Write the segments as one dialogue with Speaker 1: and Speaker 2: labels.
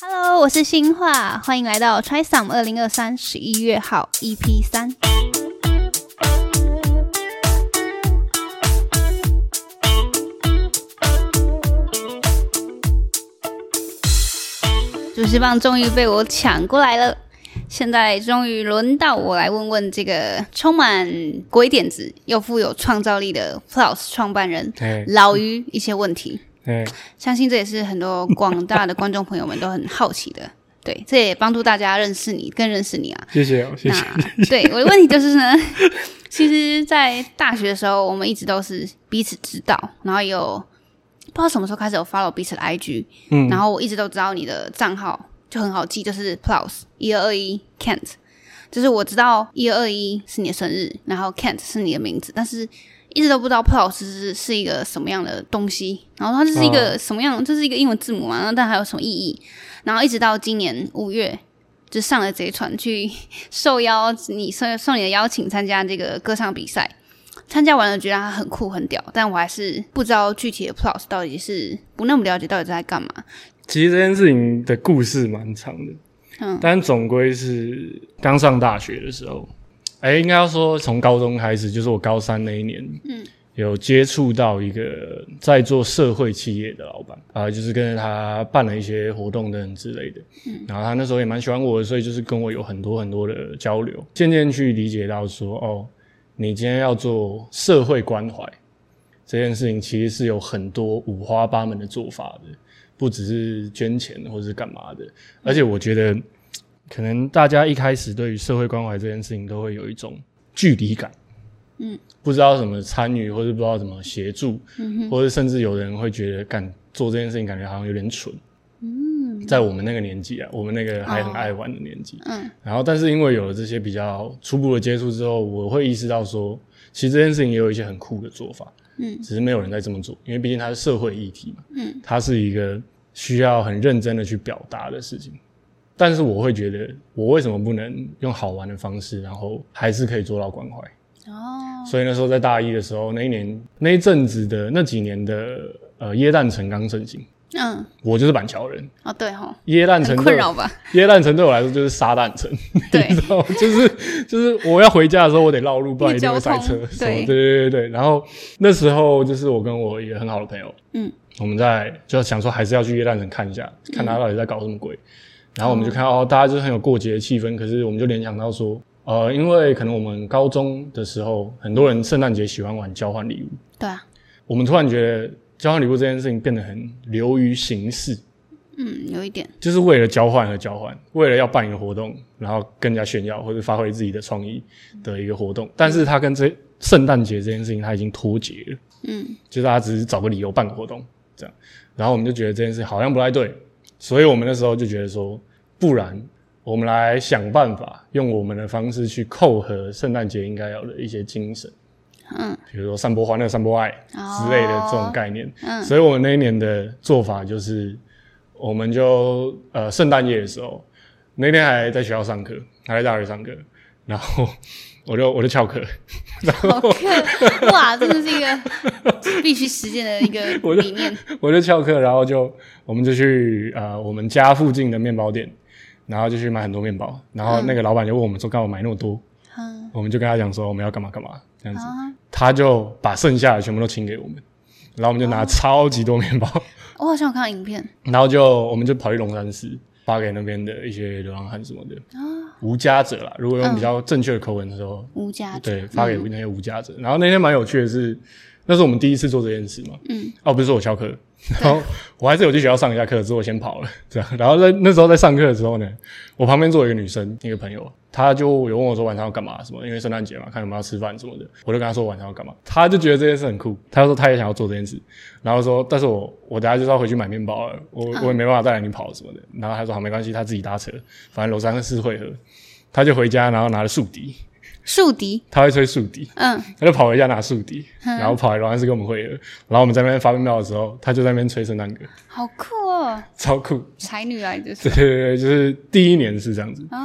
Speaker 1: Hello，我是新化，欢迎来到 Try Some 二零二三十一月号 EP 三。主持棒终于被我抢过来了，现在终于轮到我来问问这个充满鬼点子又富有创造力的 Plus 创办人
Speaker 2: 哎
Speaker 1: 老于一些问题。
Speaker 2: 哎，
Speaker 1: 相信这也是很多广大的观众朋友们都很好奇的。 对，这也帮助大家认识你，更认识你啊。
Speaker 2: 谢谢哦，谢谢。
Speaker 1: 那对我的问题就是呢， 其实，在大学的时候，我们一直都是彼此知道，然后有不知道什么时候开始有 follow 彼此的 IG，、
Speaker 2: 嗯
Speaker 1: 然后我一直都知道你的账号就很好记，就是 plus 一二二一 Kent，就是我知道一二二一是你的生日，然后 Kent 是你的名字，但是一直都不知道 plus 是是一个什么样的东西，然后它就是一个什么样，这、是一个英文字母嘛，然后但还有什么意义？然后一直到今年五月。就上了贼船去受邀你受受你的邀请参加这个歌唱比赛，参加完了觉得它很酷很屌，但我还是不知道具体的 plus 到底是不那么了解到底在干嘛。
Speaker 2: 其实这件事情的故事蛮长的，
Speaker 1: 嗯
Speaker 2: 但总归是刚上大学的时候，哎、应该要说从高中开始，就是我高三那一年，嗯，有接触到一个在做社会企业的老板啊、就是跟着他办了一些活动等等之类的，嗯，然后他那时候也蛮喜欢我的，所以就是跟我有很多很多的交流，渐渐去理解到说，哦，你今天要做社会关怀。这件事情其实是有很多五花八门的做法的，不只是捐钱或是干嘛的。而且我觉得，可能大家一开始对于社会关怀这件事情都会有一种距离感，
Speaker 1: 嗯，
Speaker 2: 不知道怎么参与，或是不知道怎么协助，嗯、或者甚至有人会觉得干做这件事情感觉好像有点蠢。嗯，哦在我们那个年纪啊，我们那个还很爱玩的年纪，
Speaker 1: 嗯，
Speaker 2: 然后但是因为有了这些比较初步的接触之后，我会意识到说，其实这件事情也有一些很酷的做法，
Speaker 1: 嗯，
Speaker 2: 只是没有人在这么做，因为毕竟它是社会议题嘛，嗯，它是一个需要很认真的去表达的事情。但是我会觉得，我为什么不能用好玩的方式，然后还是可以做到关怀？
Speaker 1: 哦，
Speaker 2: 所以那时候在大一的时候，那一年那一阵子的那几年的呃耶诞城刚盛行，
Speaker 1: 嗯，
Speaker 2: 我就是板桥人，
Speaker 1: 哦，对吼，
Speaker 2: 耶诞城
Speaker 1: 很
Speaker 2: 对
Speaker 1: 困扰 吧？
Speaker 2: 耶诞城对我来说就是撒旦城，
Speaker 1: 对
Speaker 2: 你知道吗，就是就是我要回家的时候，我得绕路，不然一定会塞车
Speaker 1: 因为交。通
Speaker 2: 什么
Speaker 1: 对
Speaker 2: 对对对对。然后那时候就是我跟我一个很好的朋友，
Speaker 1: 嗯，
Speaker 2: 我们在就想说还是要去耶诞城看一下，看
Speaker 1: 嗯
Speaker 2: 他到底在搞什么鬼。然后我们就看到、哦、大家就是很有过节的气氛，可是我们就联想到说，呃，因为可能我们高中的时候，很多人圣诞节喜欢玩交换礼物，
Speaker 1: 对啊，
Speaker 2: 我们突然觉得交换礼物这件事情变得很流于形式。
Speaker 1: 嗯，有一点，
Speaker 2: 就是为了交换而交换，为了要办一个活动，然后更加炫耀或者发挥自己的创意的一个活动。但是它跟这圣诞节这件事情，它已经脱节了，
Speaker 1: 嗯
Speaker 2: 就是大家只是找个理由办个活动这样。然后我们就觉得这件事好像不太对，所以我们那时候就觉得说，不然我们来想办法，用我们的方式去扣合圣诞节应该有的一些精神，
Speaker 1: 嗯，
Speaker 2: 比如说散播欢乐、散播爱
Speaker 1: 哦
Speaker 2: 之类的这种概念。
Speaker 1: 嗯
Speaker 2: 所以我那一年的做法就是，我们就呃圣诞夜的时候，那天还在学校上课，还在大学上课，然后我就我就翘课，
Speaker 1: 好看，哇，真的是一个必须实践的一个理念，
Speaker 2: 我就翘课，然后就我们就去呃我们家附近的面包店，然后就去买很多面包，然后那个老板就问我们说干嘛买那么多，
Speaker 1: 嗯
Speaker 2: 我们就跟他讲说我们要干嘛干嘛这样子，
Speaker 1: 啊，
Speaker 2: 他就把剩下的全部都清给我们，然后我们就拿超级多面包。
Speaker 1: 我好像有看到影片，
Speaker 2: 然后就我们就跑去龙山寺发给那边的一些流浪汉什么的，无家者啦。如果用比较正确的口吻的时候，
Speaker 1: 无家者，
Speaker 2: 对，发给那些无家者。然后那天蛮有趣的是，那是我们第一次做这件事嘛。
Speaker 1: 嗯，
Speaker 2: 哦，不是我翘课，然后我还是有去学校上一下课，之后我先跑了，这样。然后在那时候在上课的时候呢，我旁边坐一个女生，一个朋友，她就有问我说晚上要干嘛什么，因为圣诞节嘛，看有没有要吃饭什么的。我就跟她说晚上要干嘛，她就觉得这件事很酷，她说她也想要做这件事，然后说但是我我等下就是要回去买面包了，我我也没办法带着你跑什么的。然后她说好没关系，她自己搭车，反正楼上是会合。她就回家，然后拿了竖笛，
Speaker 1: 树敌，
Speaker 2: 她会吹竖笛，
Speaker 1: 嗯，
Speaker 2: 他就跑回家拿竖笛，然后跑来罗安市跟我们会合。然后我们在那边发面包的时候，他就在那边吹圣诞歌，
Speaker 1: 好酷哦，
Speaker 2: 超酷。
Speaker 1: 才女来就是，
Speaker 2: 对对对，就是第一年是这样子。
Speaker 1: 哦，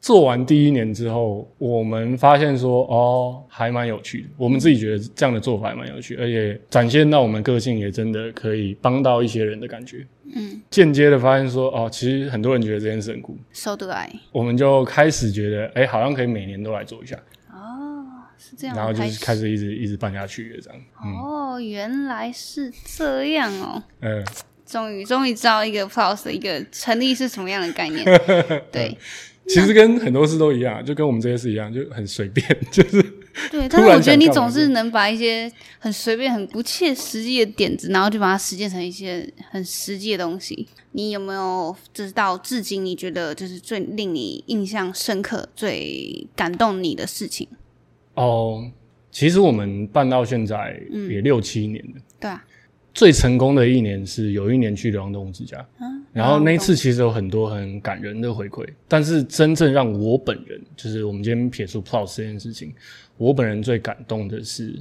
Speaker 2: 做完第一年之后，我们发现说，哦，还蛮有趣的。我们自己觉得这样的做法还蛮有趣，而且展现到我们个性也真的可以帮到一些人的感觉。嗯，间接的发现说，哦，其实很多人觉得这件事很酷，
Speaker 1: So do I。
Speaker 2: 我们就开始觉得，哎、好像可以每年都来做一下，
Speaker 1: 哦，是这样。
Speaker 2: 然后就是开
Speaker 1: 始。
Speaker 2: 始一嗯直一直办下去的这样。
Speaker 1: 哦，原来是这样哦。
Speaker 2: 嗯，
Speaker 1: 终于，终于知道一个 plus 的一个成立是什么样的 概念。对
Speaker 2: 其实跟很多事都一样，就跟我们这些事一样，就很随便， 就是
Speaker 1: 对，但
Speaker 2: 突
Speaker 1: 是
Speaker 2: 然
Speaker 1: 我觉得
Speaker 2: 想
Speaker 1: 你
Speaker 2: 干嘛
Speaker 1: 总
Speaker 2: 就是
Speaker 1: 能把一些很随便、很不切实际的点子，然后就把它实践成一些很实际的东西。你有没有就是到至今你觉得就是最令你印象深刻、最感动你的事情？
Speaker 2: 哦。其实我们办到现在也六七年了。
Speaker 1: 对啊，
Speaker 2: 最成功的一年是有一年去流浪动物之家，
Speaker 1: 嗯，
Speaker 2: 然后那一次其实有很多很感人的回馈，但是真正让我本人，就是我们今天撇除 Plus 这件事情，我本人最感动的是，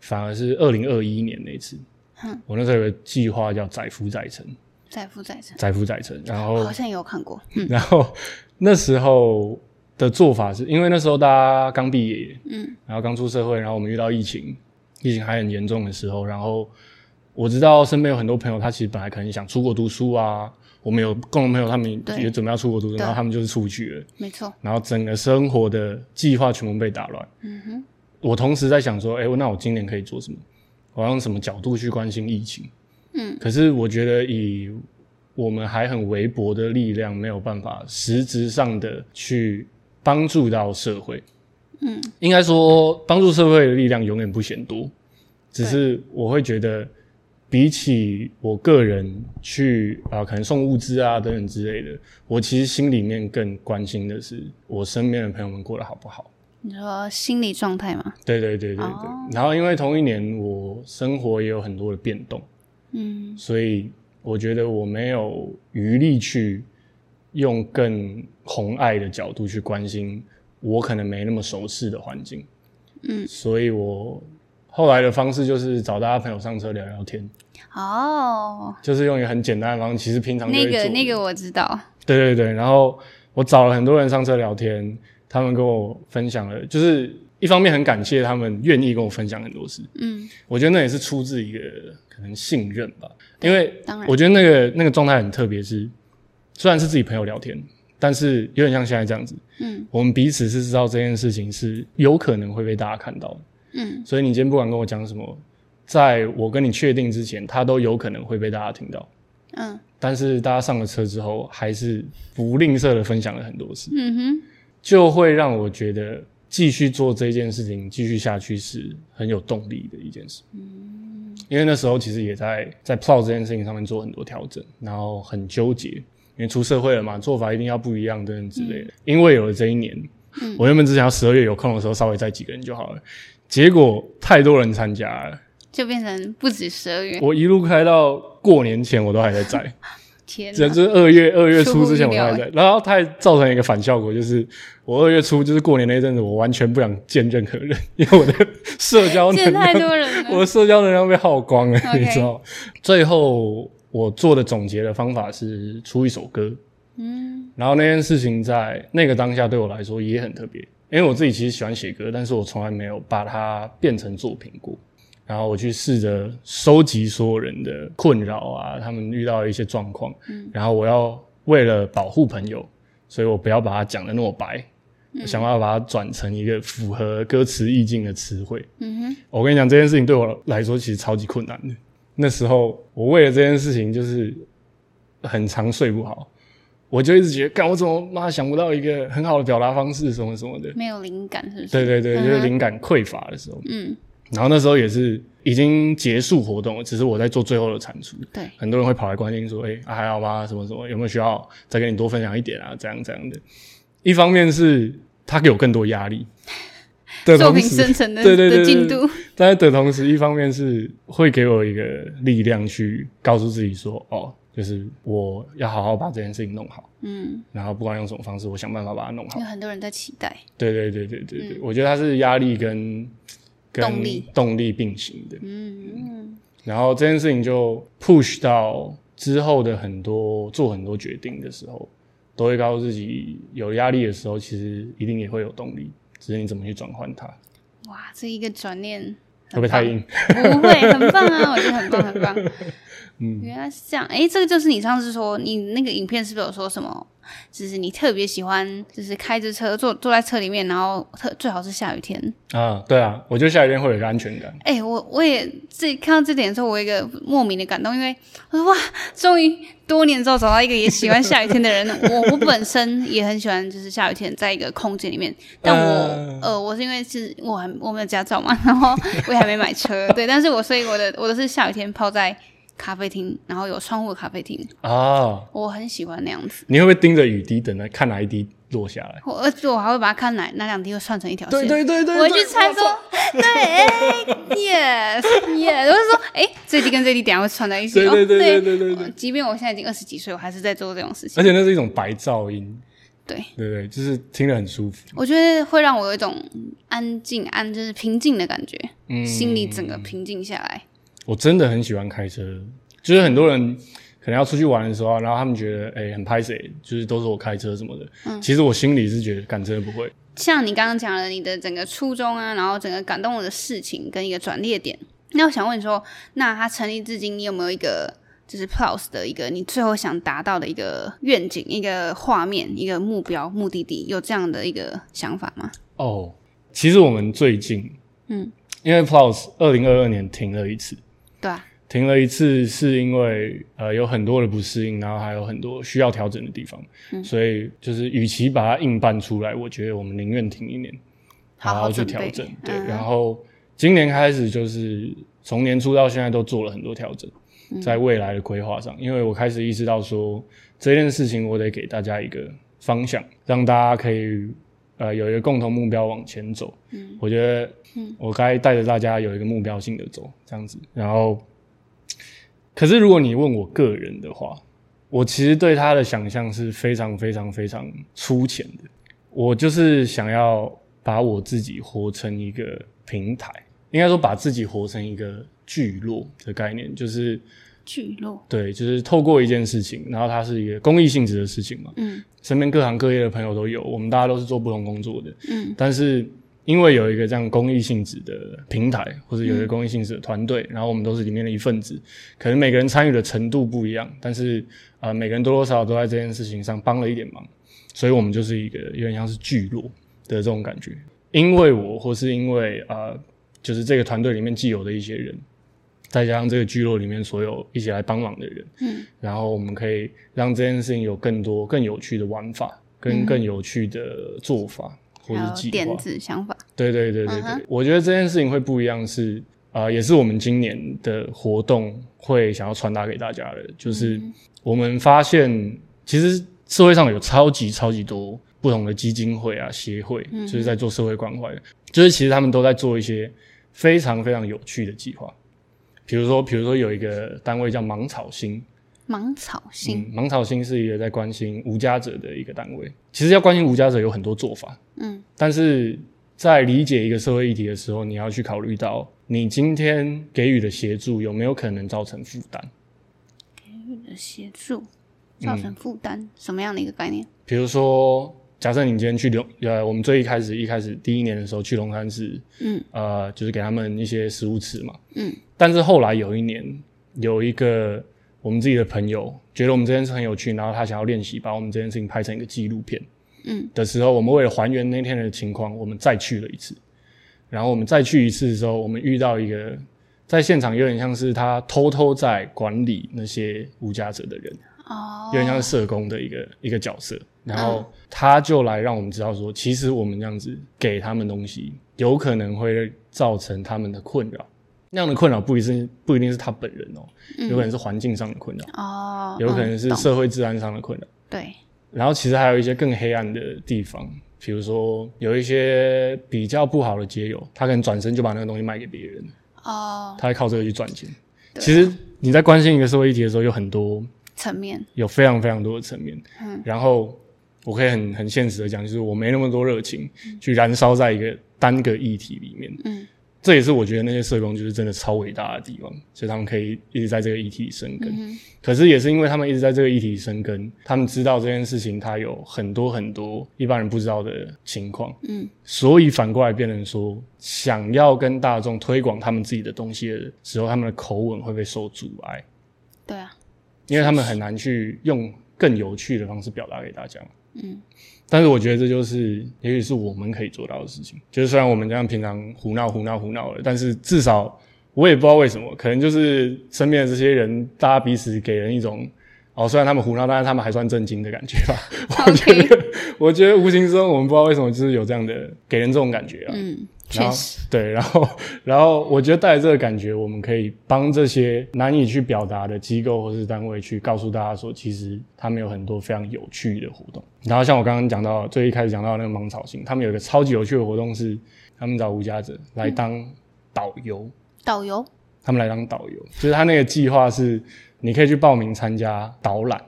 Speaker 2: 反而是二零二一年那一次。
Speaker 1: 嗯
Speaker 2: 我那时候有个计划叫“载夫载沉，
Speaker 1: 再富再成，
Speaker 2: 载夫载沉”，然后
Speaker 1: 好像有看过。嗯
Speaker 2: 然后那时候的做法是因为那时候大家刚毕业，
Speaker 1: 嗯，
Speaker 2: 然后刚出社会，然后我们遇到疫情，疫情还很严重的时候，然后我知道身边有很多朋友，他其实本来可能想出国读书啊，我们有共同朋友，他们
Speaker 1: 对
Speaker 2: 也准备要出国读书，
Speaker 1: 对
Speaker 2: 然后他们就是出不去了，
Speaker 1: 没错。
Speaker 2: 然后整个生活的计划全部被打乱。
Speaker 1: 嗯哼，
Speaker 2: 我同时在想说，哎、那我今年可以做什么？我要用什么角度去关心疫情？
Speaker 1: 嗯，
Speaker 2: 可是我觉得以我们还很微薄的力量，没有办法实质上的去帮助到社会。
Speaker 1: 嗯，
Speaker 2: 应该说帮助社会的力量永远不嫌多，只是我会觉得，比起我个人去啊、可能送物资啊等等之类的，我其实心里面更关心的是我身边的朋友们过得好不好。
Speaker 1: 你说心理状态吗？
Speaker 2: 对对对对对。
Speaker 1: 哦
Speaker 2: 然后因为同一年我生活也有很多的变动，
Speaker 1: 嗯，
Speaker 2: 所以我觉得我没有余力去用更红爱的角度去关心我可能没那么熟悉的环境。
Speaker 1: 嗯
Speaker 2: 所以我后来的方式就是找大家朋友上车聊聊天，
Speaker 1: 哦，
Speaker 2: 就是用一个很简单的方式，其实平常就会
Speaker 1: 那个
Speaker 2: 做
Speaker 1: 那个我知道，
Speaker 2: 对对对，然后我找了很多人上车聊天，他们跟我分享了，就是一方面很感谢他们愿意跟我分享很多事，
Speaker 1: 嗯，
Speaker 2: 我觉得那也是出自一个可能信任吧，因为
Speaker 1: 当然
Speaker 2: 我觉得那个那个状态很特别是，虽然是自己朋友聊天，但是有点像现在这样子，
Speaker 1: 嗯
Speaker 2: 我们彼此是知道这件事情是有可能会被大家看到的，
Speaker 1: 嗯，
Speaker 2: 所以你今天不管跟我讲什么，在我跟你确定之前，它都有可能会被大家听到。
Speaker 1: 嗯
Speaker 2: 但是大家上了车之后，还是不吝啬的分享了很多事，
Speaker 1: 嗯哼，
Speaker 2: 就会让我觉得继续做这件事情，继续下去是很有动力的一件事。因为那时候其实也在在 plow 这件事情上面做很多调整，然后很纠结，因为出社会了嘛，做法一定要不一样等等之类的。因为有了这一年，我原本只想要十二月有空的时候稍微载几个人就好了，结果太多人参加了，
Speaker 1: 就变成不止十二月，
Speaker 2: 我一路开到过年前我都还在载。
Speaker 1: 天
Speaker 2: 这
Speaker 1: 哪，
Speaker 2: 就是二月二月
Speaker 1: 出
Speaker 2: 初
Speaker 1: 乎
Speaker 2: 之前
Speaker 1: 意
Speaker 2: 我
Speaker 1: 料
Speaker 2: 还在，然后它还造成一个反效果，就是我二月初就是过年那一阵子，我完全不想见任何人， 因为我的社交能
Speaker 1: 见太
Speaker 2: 量，
Speaker 1: 多人了，
Speaker 2: 哦我的社交能量被耗光了
Speaker 1: OK
Speaker 2: 你知道吗。最后我做的总结的方法是出一首歌，
Speaker 1: 嗯
Speaker 2: 然后那件事情在那个当下对我来说也很特别，因为我自己其实喜欢写歌，但是我从来没有把它变成作品过。然后我去试着收集所有人的困扰啊，他们遇到的一些状况，
Speaker 1: 嗯
Speaker 2: 然后我要为了保护朋友，所以我不要把它讲的那么白，我想办法把它转成一个符合歌词意境的词汇。
Speaker 1: 嗯哼，
Speaker 2: 我跟你讲，这件事情对我来说其实超级困难的。那时候我为了这件事情，就是很常睡不好，我就一直觉得，干我怎么妈想不到一个很好的表达方式，什么什么的。
Speaker 1: 没有灵感是不是？
Speaker 2: 对对对，就是
Speaker 1: 嗯哼
Speaker 2: 灵感匮乏的时候。
Speaker 1: 嗯，
Speaker 2: 然后那时候也是已经结束活动了，只是我在做最后的产出。
Speaker 1: 对，
Speaker 2: 很多人会跑来关心说：“哎、啊还好吗？什么什么，有没有需要再跟你多分享一点啊？怎样怎样的？”一方面是他给我更多压力，的
Speaker 1: 作
Speaker 2: 同
Speaker 1: 品
Speaker 2: 时
Speaker 1: 生成的
Speaker 2: 对对对
Speaker 1: 的
Speaker 2: 对
Speaker 1: 进度，
Speaker 2: 但是的同时，一方面是会给我一个力量去告诉自己说：“哦，就是我要好好把这件事情弄好，
Speaker 1: 嗯，
Speaker 2: 然后不管用什么方式，我想办法把它弄好
Speaker 1: 有。很多人在期待，”
Speaker 2: 对对对对对对，我觉得它是压力跟跟
Speaker 1: 嗯动力
Speaker 2: 动力并行的。
Speaker 1: 嗯嗯
Speaker 2: 然后这件事情就 push 到之后的很多做很多决定的时候都会告诉自己，有压力的时候，其实一定也会有动力，只是你怎么去转换它，
Speaker 1: 哇，这一个转念
Speaker 2: 会不会太硬？
Speaker 1: 不会，很棒啊！我觉得很棒， 很棒。
Speaker 2: 嗯
Speaker 1: 原来是这样。哎，这个就是你上次说你那个影片是不是有说什么？就是你特别喜欢，就是开着车坐坐在车里面，然后特最好是下雨天。
Speaker 2: 啊，对啊，我觉得下雨天会有一个安全感。
Speaker 1: 哎，我我也这看到这点的时候，我有一个莫名的感动，因为我说哇，终于多年之后找到一个也喜欢下雨天的人。我我本身也很喜欢，就是下雨天在一个空间里面，但我、
Speaker 2: 嗯
Speaker 1: 呃，我是因为是我还我没有驾照嘛，然后我也还没买车，对，但是我所以我的我都是下雨天泡在咖啡厅，然后有窗户的咖啡厅，
Speaker 2: 啊，
Speaker 1: 我很喜欢那样子。
Speaker 2: 你会不会盯着雨滴等着看哪一滴落下来？
Speaker 1: 我而且我还会把它看哪哪两滴又串成一条线。
Speaker 2: 啊对对对对，
Speaker 1: 我会
Speaker 2: 对
Speaker 1: 去猜
Speaker 2: 哇
Speaker 1: 说，对，哎，yes yes，我就说，哎，这滴跟这滴等一下会串在一起。
Speaker 2: 对
Speaker 1: 哦
Speaker 2: 对对对对对对
Speaker 1: 呃即便我现在已经二十几岁，我还是在做这种事情。
Speaker 2: 而且那是一种白噪音，
Speaker 1: 对，
Speaker 2: 对不对？就是听得很舒服。
Speaker 1: 我觉得会让我有一种安静、安就是平静的感觉，
Speaker 2: 嗯，
Speaker 1: 心里整个平静下来。
Speaker 2: 我真的很喜欢开车，就是很多人可能要出去玩的时候啊，然后他们觉得哎、很拍谁，就是都是我开车什么的。其实我心里是觉得，感真的不会。
Speaker 1: 像你刚刚讲了你的整个初衷啊，然后整个感动我的事情跟一个转捩点，那我想问你说，那它成立至今，你有没有一个就是 Plus 的一个你最后想达到的一个愿景、一个画面、一个目标、目的地，有这样的一个想法吗？
Speaker 2: 哦，其实我们最近，
Speaker 1: 嗯，
Speaker 2: 因为 Plus 二零二二年停了一次，
Speaker 1: 对啊，
Speaker 2: 停了一次是因为呃有很多的不适应，然后还有很多需要调整的地方，
Speaker 1: 嗯
Speaker 2: 所以就是与其把它硬搬出来，我觉得我们宁愿停一年，
Speaker 1: 好好
Speaker 2: 好去
Speaker 1: 准备
Speaker 2: 调整。对，
Speaker 1: 嗯
Speaker 2: 然后今年开始就是从年初到现在都做了很多调整，
Speaker 1: 嗯
Speaker 2: 在未来的规划上，因为我开始意识到说这件事情，我得给大家一个方向，让大家可以呃有一个共同目标往前走。嗯，我觉得我该带着大家有一个目标性的走，这样子。然后，可是如果你问我个人的话，我其实对他的想象是非常非常非常粗浅的。我就是想要把我自己活成一个平台，应该说把自己活成一个聚落的概念，就是
Speaker 1: 聚落，
Speaker 2: 对，就是透过一件事情，然后它是一个公益性质的事情嘛，
Speaker 1: 嗯
Speaker 2: 身边各行各业的朋友都有，我们大家都是做不同工作的，
Speaker 1: 嗯
Speaker 2: 但是因为有一个这样公益性质的平台，或者有一个公益性质的团队，然后我们都是里面的一份子，可能每个人参与的程度不一样，但是呃，每个人多多少少都在这件事情上帮了一点忙，所以我们就是一个有点像是聚落的这种感觉。因为我，或是因为呃，就是这个团队里面既有的一些人，再加上这个聚落里面所有一起来帮忙的人，
Speaker 1: 嗯，
Speaker 2: 然后我们可以让这件事情有更多更有趣的玩法，跟更有趣的做法。或
Speaker 1: 嗯还
Speaker 2: 是
Speaker 1: 有
Speaker 2: 计划
Speaker 1: 点，子想法，
Speaker 2: 对对对对对，
Speaker 1: 嗯哼
Speaker 2: 我觉得这件事情会不一样是，啊、也是我们今年的活动会想要传达给大家的，就是
Speaker 1: 嗯
Speaker 2: 我们发现其实社会上有超级超级多不同的基金会啊、协会，
Speaker 1: 嗯
Speaker 2: 就是在做社会关怀的，就是其实他们都在做一些非常非常有趣的计划。比如说，比如说有一个单位叫芒草星，
Speaker 1: 芒草心，
Speaker 2: 嗯，芒草星是一个在关心无家者的一个单位。其实要关心无家者有很多做法，
Speaker 1: 嗯
Speaker 2: 但是在理解一个社会议题的时候，你要去考虑到你今天给予的协助有没有可能造成负担。嗯
Speaker 1: 的协助造成负担，什么样的一个概念？
Speaker 2: 比如说，假设你今天去龙，呃，我们最一开始一开始第一年的时候去龙山寺，
Speaker 1: 嗯，
Speaker 2: 呃，就是给他们一些食物吃嘛，
Speaker 1: 嗯。
Speaker 2: 但是后来有一年，有一个我们自己的朋友觉得我们这件事很有趣，然后他想要练习把我们这件事情拍成一个纪录片，
Speaker 1: 嗯，
Speaker 2: 的时候，我们为了还原那天的情况，我们再去了一次。然后我们再去一次的时候，我们遇到一个在现场有点像是他偷偷在管理那些无家者的人。
Speaker 1: 哦
Speaker 2: 有，点像是社工的一个一个角色。
Speaker 1: 嗯
Speaker 2: 然后他就来让我们知道说，其实我们这样子给他们东西，有可能会造成他们的困扰。那样的困扰不一定是不一定是他本人哦，有可能是环境上的困扰，
Speaker 1: 嗯哦，
Speaker 2: 有可能
Speaker 1: 嗯
Speaker 2: 是
Speaker 1: 懂
Speaker 2: 社会治安上的困扰。
Speaker 1: 对，
Speaker 2: 然后其实还有一些更黑暗的地方，比如说有一些比较不好的街友，他可能转身就把那个东西卖给别人，
Speaker 1: 哦，
Speaker 2: 他会靠这个去赚钱。
Speaker 1: 对啊
Speaker 2: 其实你在关心一个社会议题的时候，有很多
Speaker 1: 层面，
Speaker 2: 有非常非常多的层面。
Speaker 1: 嗯
Speaker 2: 然后我可以很很现实的讲，就是我没那么多热情去燃烧在一个单个议题里面。
Speaker 1: 嗯，
Speaker 2: 这也是我觉得那些社工就是真的超伟大的地方，所以他们可以一直在这个议题生根。
Speaker 1: 嗯
Speaker 2: 可是也是因为他们一直在这个议题生根，他们知道这件事情它有很多很多一般人不知道的情况，
Speaker 1: 嗯，
Speaker 2: 所以反过来变成说，想要跟大众推广他们自己的东西的时候，他们的口吻会被受阻碍，
Speaker 1: 对啊，
Speaker 2: 因为他们很难去用更有趣的方式表达给大家。
Speaker 1: 嗯，
Speaker 2: 但是我觉得这就是，也许是我们可以做到的事情。就是虽然我们这样平常胡闹、胡闹、胡闹的，但是至少我也不知道为什么，可能就是身边的这些人，大家彼此给人一种，哦，虽然他们胡闹，但是他们还算正经的感觉吧。 我觉得，我觉得无形之中我们不知道为什么就是有这样的给人这种感觉啊。
Speaker 1: 嗯，
Speaker 2: 然
Speaker 1: 确
Speaker 2: 后
Speaker 1: 实，
Speaker 2: 对，然后然后我觉得带着这个感觉，我们可以帮这些难以去表达的机构或是单位去告诉大家说，其实他们有很多非常有趣的活动。然后像我刚刚讲到最一开始讲到那个芒草心，他们有一个超级有趣的活动是，他们找无家者
Speaker 1: 嗯
Speaker 2: 来当导游。
Speaker 1: 导游，
Speaker 2: 他们来当导游，就是他那个计划是，你可以去报名参加导览，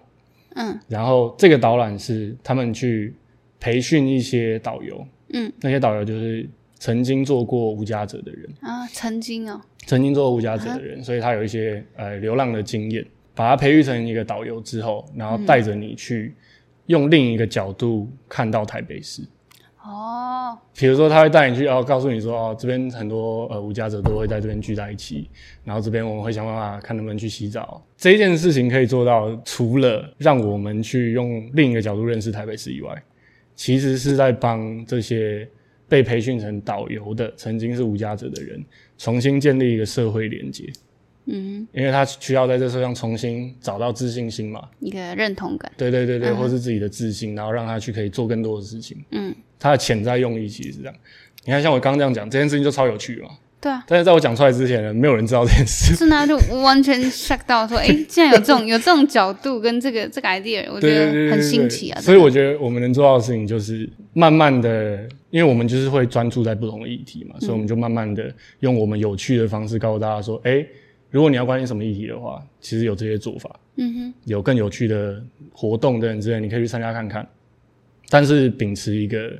Speaker 1: 嗯
Speaker 2: 然后这个导览是他们去培训一些导游，
Speaker 1: 嗯
Speaker 2: 那些导游就是曾经做过无家者的人，
Speaker 1: 啊，曾经哦，
Speaker 2: 曾经做过无家者的人，所以他有一些呃流浪的经验，把他培育成一个导游之后，然后带着你去用另一个角度看到台北市。
Speaker 1: 哦，
Speaker 2: 比如说，他会带你去，哦，告诉你说，哦，这边很多呃无家者都会在这边聚在一起，然后这边我们会想办法看能不能去洗澡。这一件事情可以做到，除了让我们去用另一个角度认识台北市以外，其实是在帮这些被培训成导游的、曾经是无家者的人，重新建立一个社会连接，
Speaker 1: 嗯，
Speaker 2: 因为他需要在这社会上重新找到自信心嘛。
Speaker 1: 一个认同感，
Speaker 2: 对对对对，或是自己的自信，然后让他去可以做更多的事情。
Speaker 1: 嗯，
Speaker 2: 它的潜在用意其实是这样。你看，像我刚刚这样讲，这件事情就超有趣嘛。
Speaker 1: 对啊，
Speaker 2: 但是在我讲出来之前呢，没有人知道这件事。
Speaker 1: 是呢，就完全 shock 到说，诶，竟然有这种有这种角度跟这个这个 idea，我觉
Speaker 2: 对对对
Speaker 1: 得
Speaker 2: 对，
Speaker 1: 很
Speaker 2: 对
Speaker 1: 新奇啊，
Speaker 2: 所以
Speaker 1: 真的
Speaker 2: 我觉得我们能做到的事情就是慢慢的，因为我们就是会专注在不同的议题
Speaker 1: 嗯
Speaker 2: 嘛，所以我们就慢慢的用我们有趣的方式告诉大家说，哎、如果你要关心什么议题的话，其实有这些做法，
Speaker 1: 嗯
Speaker 2: 有更有趣的活动等等之类，你可以去参加看看。但是秉持一个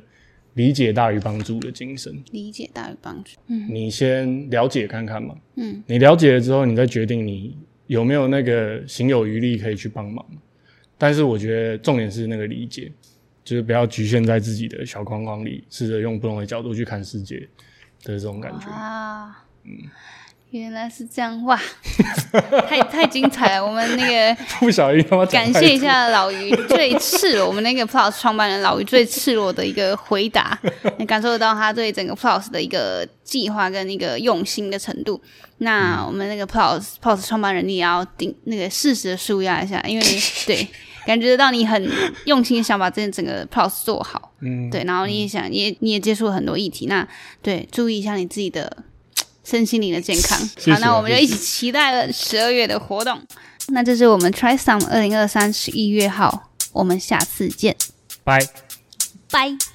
Speaker 2: 理解大于帮助的精神，
Speaker 1: 哼，理解大于帮助，
Speaker 2: 你先了解看看嘛。
Speaker 1: 嗯，
Speaker 2: 你了解了之后，你再决定你有没有那个行有余力可以去帮忙。但是我觉得重点是那个理解，就是不要局限在自己的小框框里，试着用不同的角度去看世界的这种感觉。
Speaker 1: 啊，
Speaker 2: 嗯
Speaker 1: 原来是这样哇， 太太精彩了，我们那个。
Speaker 2: 不小心他妈讲
Speaker 1: 感
Speaker 2: 太
Speaker 1: 谢一
Speaker 2: 多，
Speaker 1: 下老于最赤裸，我们那个 Plus 创办人老于最赤裸的一个回答，你感受得到他对整个 Plus 的一个计划跟一个用心的程度。那我们那个 Plus Plus 创办人，你也要顶那个适时的舒压一下，因为你对感觉得到你很用心地想把这整个 Plus 做好，
Speaker 2: 嗯，
Speaker 1: 对，然后你也想，你也你也接触了很多议题，那对注意一下你自己的身心灵的健康。
Speaker 2: 谢谢
Speaker 1: 好，那我们就一起期待了十二月的活动。那这是我们 Try Some 二零二三十一月号，我们下次见，
Speaker 2: 拜。
Speaker 1: 拜。